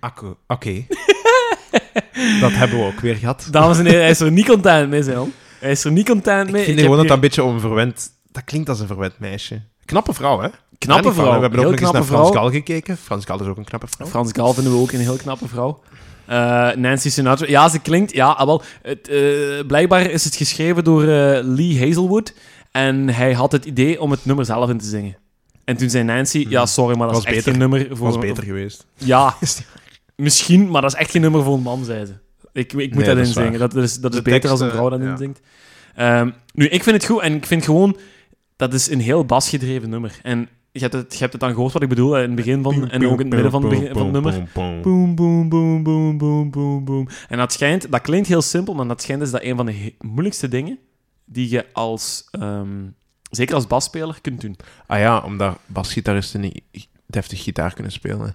Akko. Oké. dat hebben we ook weer gehad. Dames en heren, hij is er niet content mee, Zenon. Hij is er niet content mee. ik vind heb gewoon dat dat hier een beetje onverwend... Dat klinkt als een verwend meisje. Knappe vrouw, hè? knappe Daar niet van, vrouw. hè? We hebben heel ook nog eens knappe naar vrouw. Frans Gal gekeken. Frans Gal is ook een knappe vrouw. Frans Gal vinden we ook een heel knappe vrouw. Eh, Nancy Sinatra. Ja, ze klinkt... Ja, ah, wel, het, eh, blijkbaar is het geschreven door eh, Lee Hazelwood. En hij had het idee om het nummer zelf in te zingen. En toen zei Nancy... Ja, sorry, maar dat Hmm. Was is echt beter. geen nummer voor... was een- beter geweest. Ja, Is die- misschien, maar dat is echt geen nummer voor een man, zei ze. Ik, ik moet Nee, dat dat is inzingen. Dat, is, dat is De beter tekst, als een vrouw dat eh, ja. inzingt. Ehm, nu, ik vind het goed. En ik vind gewoon... Dat is een heel basgedreven nummer. En je hebt, het, je hebt het dan gehoord wat ik bedoel, hè, in het begin van... En ook in het midden van het, begin, van het nummer. Boom, boom, boom, boom, boom, boom, boom. En dat schijnt, dat klinkt heel simpel, maar dat schijnt is dat een van de he- moeilijkste dingen die je als, ehm, zeker als basspeler, kunt doen. Ah ja, omdat basgitaristen niet deftig gitaar kunnen spelen.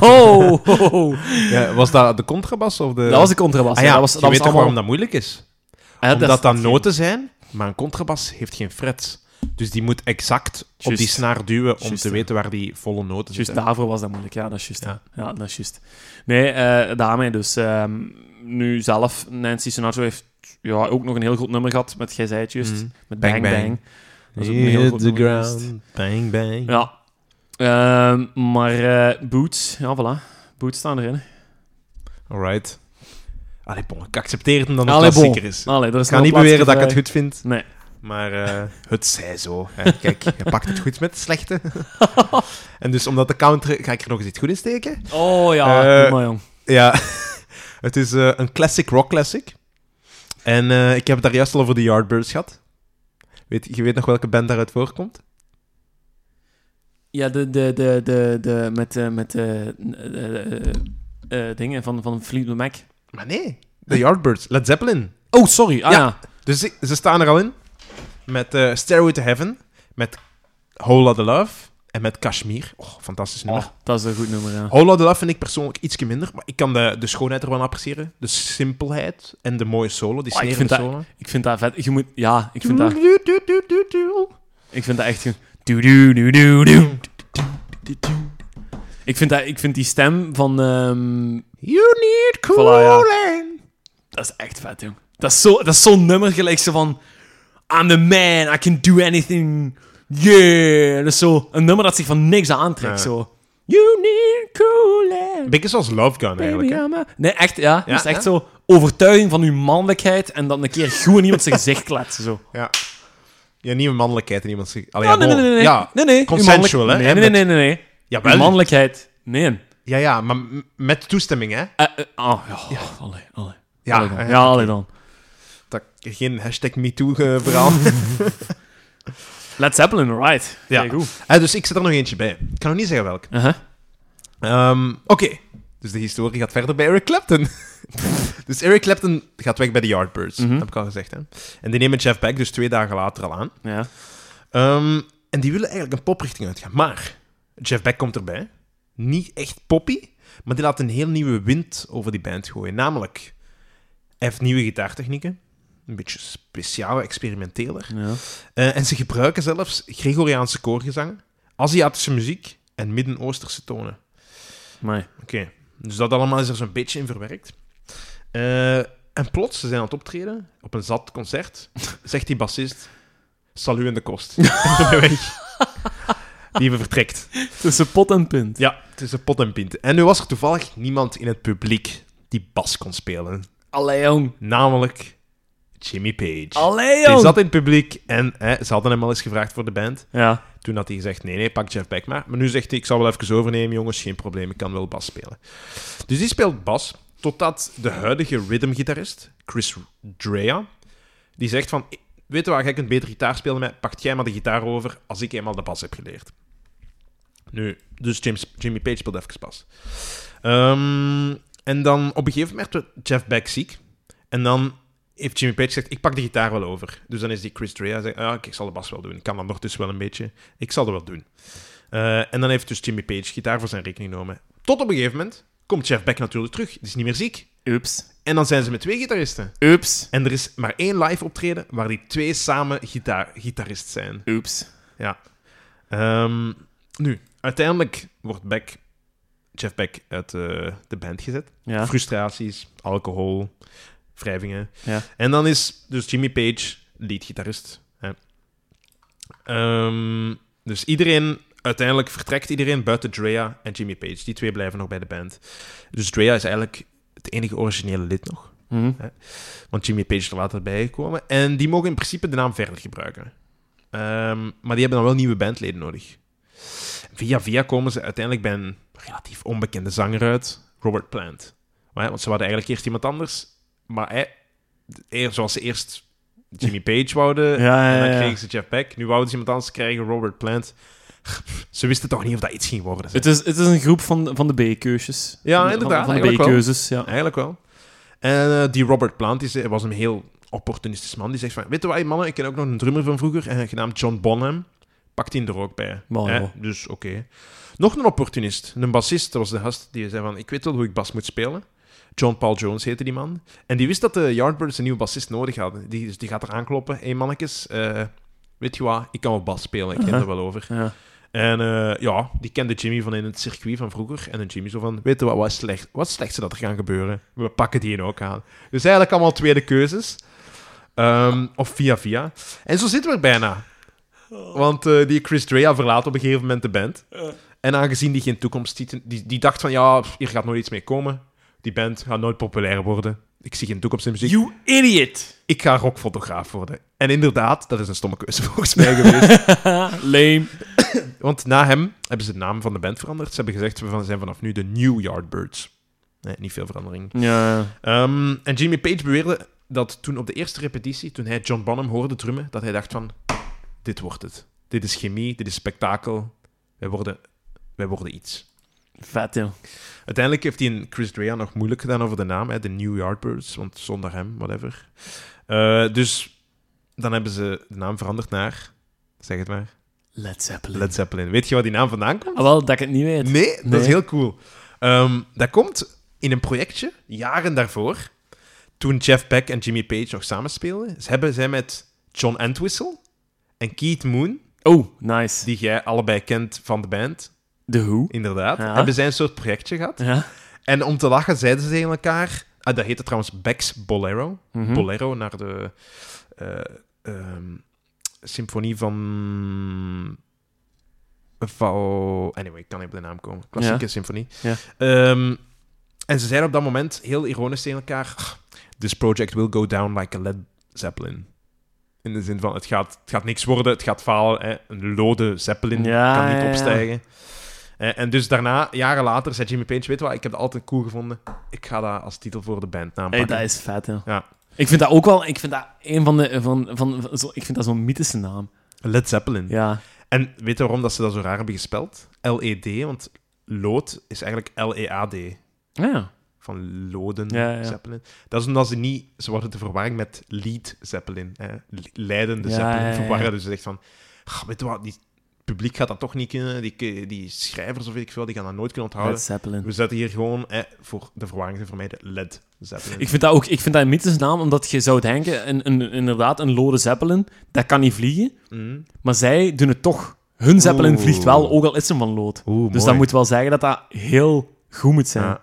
Oh, ho, ho. Ja, was dat de contrabas of de... dat was de contrabas. Eh, Ah ja, ja, dat was, je dat was weet toch waarom allemaal... dat moeilijk is? Ja, dat Omdat is- dat, noten zijn, maar een contrabas heeft geen frets. Dus die moet exact op Juist. die snaar duwen om Juist, te ja. weten waar die volle noten Juist zitten. daarvoor was dat moeilijk, ja, dat is juist. Ja. Ja. dat is juist. Nee, eh daarmee dus. ehm, nu zelf, Nancy Sinatra heeft ja, ook nog een heel goed nummer gehad, met jij zei het juist, Mhm. met Bang Bang. Bang Bang. Dat is ook een heel goed nummer geweest. Bang, bang. Ja. Ehm, maar eh, Boots, ja, voilà. Boots staan erin. Alright. Allee, bon, ik accepteer het omdat het Allee, bon. klassieker is. Allee, er is Ik ga nog niet plaatsje beweren dat ik het vrij. goed vind, Nee. maar eh, het zij zo. hè. Kijk, je pakt het goed met het slechte. en dus omdat de counter... Ga ik er nog eens iets goed in steken? Oh ja, Eh, doe maar jong. Ja, het is eh, een classic rock classic. En eh, ik heb het daar juist al over de Yardbirds gehad. Weet, je weet nog welke band daaruit voorkomt? Ja, de, de, de, de, de, met, eh, met eh, eh, eh, eh, dingen van, van Fleetwood Mac. Maar nee, de Yardbirds. Led Zeppelin. Oh, sorry. Ah, ja. Ja. Dus ze, ze staan er al in. Met eh Stairway to Heaven. Met Whole Lotta Love. En met Kashmir. Oh, fantastisch nummer. Oh, dat is een goed nummer, ja. Whole Lotta Love vind ik persoonlijk ietsje minder. Maar ik kan de, de schoonheid er wel appreciëren. De simpelheid. En de mooie solo. Die Oh, ik snerende vind dat- solo. Mm, Ik vind dat vet. Je moet... Ja, ik vind dat, Doe-doe-doe-doe-doe. ik vind dat echt... goed. Doe, doe, doe, doe, doe. Doe, doe. Ik vind, dat, ik vind die stem van... ehm, You need Voilà, ja. cooling. dat is echt vet, jong. Dat is zo- dat is zo'n nummer gelijk zo van... I'm the man, I can do anything. Yeah. Dat is zo een nummer dat zich van niks aantrekt, Ja. zo. You need cool Een beetje zoals Love Gun eigenlijk. hè. Nee, echt, ja. Ja, dat is echt hè? zo overtuiging van uw mannelijkheid en dan een keer goed in iemand zijn gezicht kletsen, zo. Ja. ja, niet een mannelijkheid in iemand. zich- Allee, Ja, ja, Oh, nee, nee, bon. nee, nee. Ja, nee, nee. uw consensual, mannelijk- hè, Nee, nee, nee, nee, nee. Jawel. Uw mannelijkheid. Nee. Eh, ja, ja, maar m- met toestemming, hè? eh, ah, ja. Allee, allee. Ja, Allee dan. eh, ja, allee dan. Dat, geen hashtag eh, MeToo-verhaal. Led Zeppelin, right. Ja. Kijk, goed. Eh, dus ik zet er nog eentje bij. Ik kan nog niet zeggen welk. Uh-huh. Ehm, Oké, dus de historie gaat verder bij Eric Clapton. dus Eric Clapton gaat weg bij de Yardbirds, Mhm. heb ik al gezegd. Hè? En die nemen Jeff Beck dus twee dagen later al aan. Ja. Ehm, en die willen eigenlijk een poprichting uitgaan. Maar Jeff Beck komt erbij. Niet echt poppy, maar die laat een heel nieuwe wind over die band gooien. Namelijk, hij heeft nieuwe gitaartechnieken. Een beetje speciaal, experimenteler. ja. Eh, en ze gebruiken zelfs Gregoriaanse koorgezang, Aziatische muziek en Midden-Oosterse tonen. Amai. Oké, dus dat allemaal is er zo'n beetje in verwerkt. Eh, en plots, ze zijn aan het optreden, op een zat concert, zegt die bassist, salu in de kost. En ze zijn weg. Die vertrekt. Tussen pot en pint. Ja, het is een pot en pint. En nu was er toevallig niemand in het publiek die bas kon spelen. Allee, jong. Namelijk Jimmy Page. Allee, Die jong. zat in het publiek en hè, ze hadden hem al eens gevraagd voor de band. Ja. Toen had hij gezegd, nee, nee, pak Jeff Beck maar. Maar nu zegt hij, ik zal wel even overnemen, jongens, geen probleem, ik kan wel bas spelen. Dus die speelt bas, totdat de huidige rhythmgitarist, Chris Drea, die zegt van, weet je wat, jij kunt beter gitaar spelen met mij, pak jij maar de gitaar over, als ik eenmaal de bas heb geleerd. Nu, dus James, Jimmy Page speelt even bas. Ehm, en dan op een gegeven moment werd Jeff Beck ziek. En dan heeft Jimmy Page gezegd, ik pak de gitaar wel over. Dus dan is die Chris Drea, zegt, ah, oké, ik zal de bas wel doen. Ik kan dat ondertussen wel een beetje. Ik zal dat wel doen. Eh, en dan heeft dus Jimmy Page gitaar voor zijn rekening genomen. Tot op een gegeven moment komt Jeff Beck natuurlijk terug. Die is niet meer ziek. Ups. En dan zijn ze met twee gitaristen. Ups. En er is maar één live optreden waar die twee samen gitaar, gitarist zijn. Ups. Ja. Ehm, nu, uiteindelijk wordt Beck Jeff Beck uit eh, de band gezet. Ja. Frustraties, alcohol, wrijvingen. Ja. En dan is dus Jimmy Page leadgitarist. hè. Ehm, dus iedereen, uiteindelijk vertrekt iedereen buiten Drea en Jimmy Page. Die twee blijven nog bij de band. Dus Drea is eigenlijk het enige originele lid nog. Mhm. Want Jimmy Page is er later bijgekomen. En die mogen in principe de naam verder gebruiken. Ehm, maar die hebben dan wel nieuwe bandleden nodig. Via via komen ze uiteindelijk bij een relatief onbekende zanger uit, Robert Plant. Maar, ja, want ze hadden eigenlijk eerst iemand anders. Maar hij, eer- zoals ze eerst Jimmy Page wouden, Ja, ja, en ja. dan kregen ze Jeff Beck. Nu wouden ze iemand anders krijgen, Robert Plant. Ze wisten toch niet of dat iets ging worden. zeg. Het, is, het is een groep van, van de B-keuzes. Ja, Van- van- inderdaad, Van de eigenlijk wel. B-keuzes, ja. Eigenlijk wel. En eh, die Robert Plant die ze- was een heel opportunistisch man. Die zegt van, weet je wat, mannen, ik ken ook nog een drummer van vroeger, eh, genaamd John Bonham. Pakt die er ook bij. Man, Hè? joh. Dus oké. Nog een opportunist, een bassist, dat was de gast, die zei van, ik weet wel hoe ik bas moet spelen. John Paul Jones heette die man. En die wist dat de Yardbirds een nieuwe bassist nodig hadden. Die, dus die gaat eraan kloppen. Hé hey, mannetjes, eh, weet je wat, ik kan wel bas spelen, ik ken Aha. er wel over. Ja. En eh, ja, die kende Jimmy van in het circuit van vroeger. En dan Jimmy zo van, weet je wat, wat slecht, wat slecht ze dat er gaan gebeuren. We pakken die een ook aan. Dus eigenlijk allemaal tweede keuzes. Ehm, of via via. En zo zitten we er bijna. Want eh, die Chris Drea verlaat op een gegeven moment de band. En aangezien die geen toekomst ziet, die, die dacht van, ja, pff, hier gaat nooit iets mee komen. Die band gaat nooit populair worden. Ik zie geen toekomst in muziek You idiot! ik ga rockfotograaf worden. En inderdaad, dat is een stomme keuze volgens mij geweest. Lame. Want na hem hebben ze de naam van de band veranderd. Ze hebben gezegd, we van- zijn vanaf nu de New Yardbirds. Nee, niet veel verandering. Ja. Ehm, en Jimmy Page beweerde dat toen op de eerste repetitie, toen hij John Bonham hoorde drummen, dat hij dacht van, dit wordt het. Dit is chemie, dit is spektakel. Wij worden, wij worden iets. Vet, joh. Uiteindelijk heeft hij een Chris Drea nog moeilijk gedaan over de naam, hè, de New Yardbirds, want zonder hem, whatever. Eh, dus dan hebben ze de naam veranderd naar, zeg het maar, Led Zeppelin. Led Zeppelin. Weet je waar die naam vandaan komt? Ah, wel, dat ik het niet weet. Nee, dat Nee. is heel cool. Ehm, dat komt in een projectje, jaren daarvoor, toen Jeff Beck en Jimmy Page nog samenspeelden. Ze hebben zij met John Entwistle en Keith Moon, Oh, nice. die jij allebei kent van de band, The Who. inderdaad, Ja. hebben zij een soort projectje gehad. Ja. En om te lachen zeiden ze tegen elkaar... Ah, dat heette trouwens Beck's Bolero. Mhm. Bolero, naar de eh, ehm, symfonie van... Val... Anyway, ik kan niet op de naam komen. Klassieke Ja. symfonie. Ja. Ehm, en ze zeiden op dat moment heel ironisch tegen elkaar... "Ah, This project will go down like a Led Zeppelin. In de zin van, het gaat, het gaat niks worden, het gaat falen. Hè? Een lode Zeppelin Ja, kan ja, niet ja. opstijgen. Eh, en dus daarna, jaren later, zei Jimmy Page... Weet je wat, ik heb dat altijd cool gevonden. Ik ga dat als titel voor de bandnaam Hey, pakken. dat is vet, joh. Ja. Ik vind dat ook wel... Ik vind dat een van de... Van, van, van- zo, ik vind dat zo'n mythische naam. Led Zeppelin. Ja. En weet je waarom dat ze dat zo raar hebben gespeld? L-E-D, want lood is eigenlijk L-E-A-D. Ja. Oh, Van loden, Ja, ja. Zeppelin. Dat is omdat ze niet... Ze worden te verwarring met lead Zeppelin. Hè? Le- Leidende Ja, Zeppelin. ja, ja. Verwarren. Dus ze zegt van... "Ah, weet je wat, die het publiek gaat dat toch niet kunnen. Die, die schrijvers of weet ik veel, die gaan dat nooit kunnen Led onthouden. Zeppelin. We zetten hier gewoon, hè, voor de verwarring te vermijden, Led Zeppelin. Ik vind dat ook... Ik vind dat een mythische naam, omdat je zou denken... Een, een, inderdaad, een lode Zeppelin, dat kan niet vliegen. Mm. Maar zij doen het toch. Hun Zeppelin Oeh. vliegt wel, ook al is ze van lood. Oeh, Dus dat moet wel zeggen dat dat heel goed moet zijn. Ja,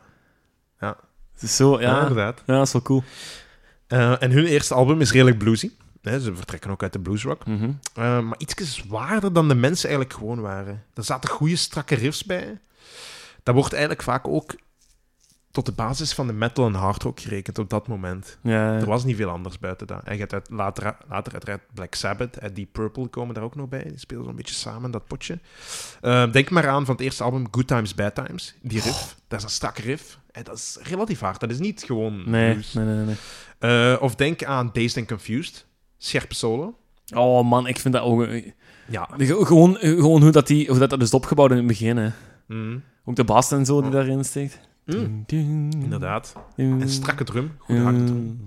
Het is zo, ja, ja. Ja, inderdaad. dat is wel cool. Eh, en hun eerste album is redelijk bluesy. Hè, ze vertrekken ook uit de bluesrock. Mhm. Eh, maar iets zwaarder dan de mensen eigenlijk gewoon waren. Er zaten goede, strakke riffs bij. Dat wordt eigenlijk vaak ook tot de basis van de metal en hardrock gerekend op dat moment. Ja, Er was niet veel anders buiten dat. En je hebt uit, later, later uiteraard Black Sabbath en Deep Purple komen daar ook nog bij. Die spelen zo'n beetje samen, in dat potje. Eh, denk maar aan van het eerste album Good Times, Bad Times. Die riff, dat is een strak riff. En dat is relatief hard. Dat is niet gewoon nee, blues. nee, nee, nee. Eh, of denk aan Dazed and Confused. Scherpe solo. Oh man, ik vind dat ook... eh, Ja. ge- Gewoon, gewoon hoe, dat die, hoe dat, dat is opgebouwd in het begin, hè. Mm. Ook de bas en zo die Oh. daarin steekt. Mm. Inderdaad. Mm. En strakke drum. Goede harde drum.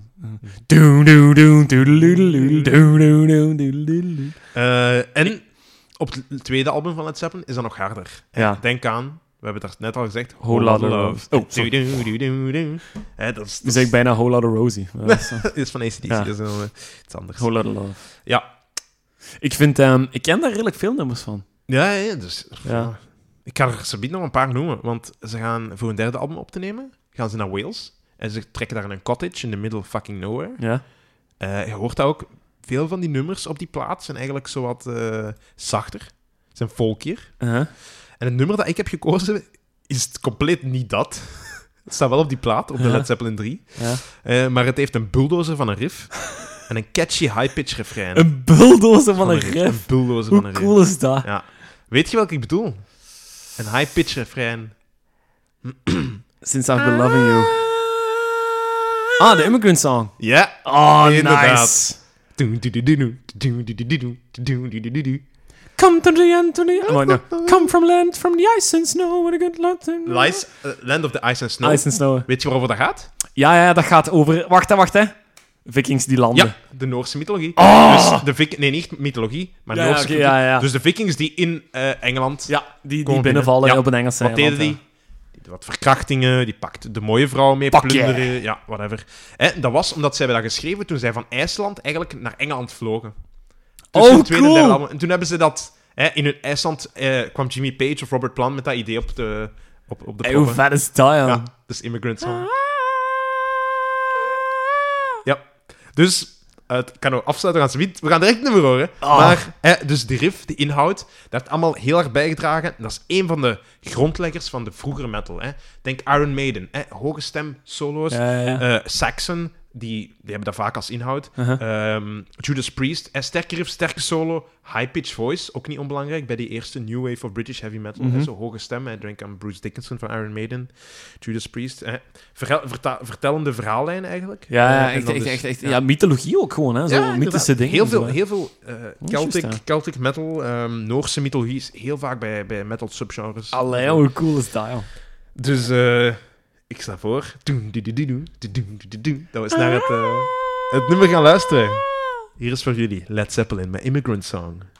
Ja. Eh, en op het tweede album van Led Zeppelin is dat nog harder. Denk aan, we hebben het daar net al gezegd, Whole Lotta Love. Oh, sorry. Du-du-du-du-du. Hè, dat is, Nu zeg dus ik bijna Whole Lotta Rosie. maar dat is, eh, dat is van ACDC, Ja. dat is een, eh, iets anders. Whole Lotta Love. Ja. Ik vind... ehm, ik ken daar redelijk veel nummers van. Ja, ja, ja, dus... Ja. ik ga er subiet nog een paar noemen, want ze gaan voor een derde album op te nemen, gaan ze naar Wales. En ze trekken daar in een cottage in the middle of fucking nowhere. Ja. Eh, je hoort dat ook. Veel van die nummers op die plaat zijn eigenlijk zowat eh zachter. Zijn folkier. Uh-huh. En het nummer dat ik heb gekozen is het compleet niet dat. Het staat wel op die plaat, op de Ja. Led Zeppelin 3. ja. Eh, maar het heeft een bulldozer van een riff en een catchy high-pitch refrein. Een bulldozer van een Een riff. bulldozer van Hoe een cool is dat? riff. Ja. Weet je welke ik bedoel? Een high-pitch refrein. Since I've been loving you. Ah, de Immigrant Song. Ja. Oh, Inderdaad. nice. Come to the end, to the Oh, no. Come from land, from the ice and snow. What a good lot. Lies, eh, Land of the Ice and Snow. Ice and snow. Weet je waarover dat gaat? Ja, ja, dat gaat over... Wacht, hè, wacht, hè. Vikings die landen. Ja, de Noorse mythologie. Oh! Dus de Vik- nee, niet mythologie, maar Ja, ja, Noorse oké, mythologie. ja, ja. Dus de vikings die in eh, Engeland... Ja, die, die Komen binnenvallen binnen. op een Engelse Wat deden eiland, die? eh, Die deed wat verkrachtingen, die pakte de mooie vrouw mee, Pak je. plunderen, ja, whatever. En dat was omdat zij hebben dat geschreven toen zij van IJsland eigenlijk naar Engeland vlogen. Tussen Oh, het tweede en cool. derde album. En toen hebben ze dat... Hè, in hun IJsland eh, kwam Jimmy Page of Robert Plant met dat idee op de, op, op de Hey, hoe proppen. vet is dat, joh? Ja, dus Immigrant Song. Ja. Dus, eh, het kan ook afsluiten, we gaan, zometeen- we gaan direct nummer horen. Ah. Maar, eh, dus de riff, de inhoud, dat heeft allemaal heel erg bijgedragen. En dat is één van de grondleggers van de vroegere metal. Hè. Denk Iron Maiden, hè. hoge stem, solo's. Ja, ja, ja. Eh, Saxon, die, die hebben dat vaak als inhoud. Uh-huh. Ehm, Judas Priest, eh, sterke riff, sterke solo, high-pitch voice, ook niet onbelangrijk bij die eerste New Wave of British Heavy Metal. Mhm. hè, Zo hoge stem, hij denk aan Bruce Dickinson van Iron Maiden, Judas Priest. eh, verhel- verta- vertellende verhaallijn eigenlijk. Ja, ja, Eh, en echt, dan echt, dus- echt, echt. Ja, mythologie ook gewoon, hè. Zo Ja, mythische inderdaad. dingen. Heel zo, veel, hè. Oh, heel veel eh, Celtic, juist, ja. Celtic metal, ehm, Noorse mythologie is heel vaak bij, bij metal subgenres. Allee, joh, hoe cool is dat, joh? Dus eh, ik stel voor. Doen, doen, doen, doen, doen, doen, doen, doen. Dat we eens Ah. eh, naar het, eh, het nummer gaan luisteren. Hier is voor jullie Led Zeppelin met Immigrant Song.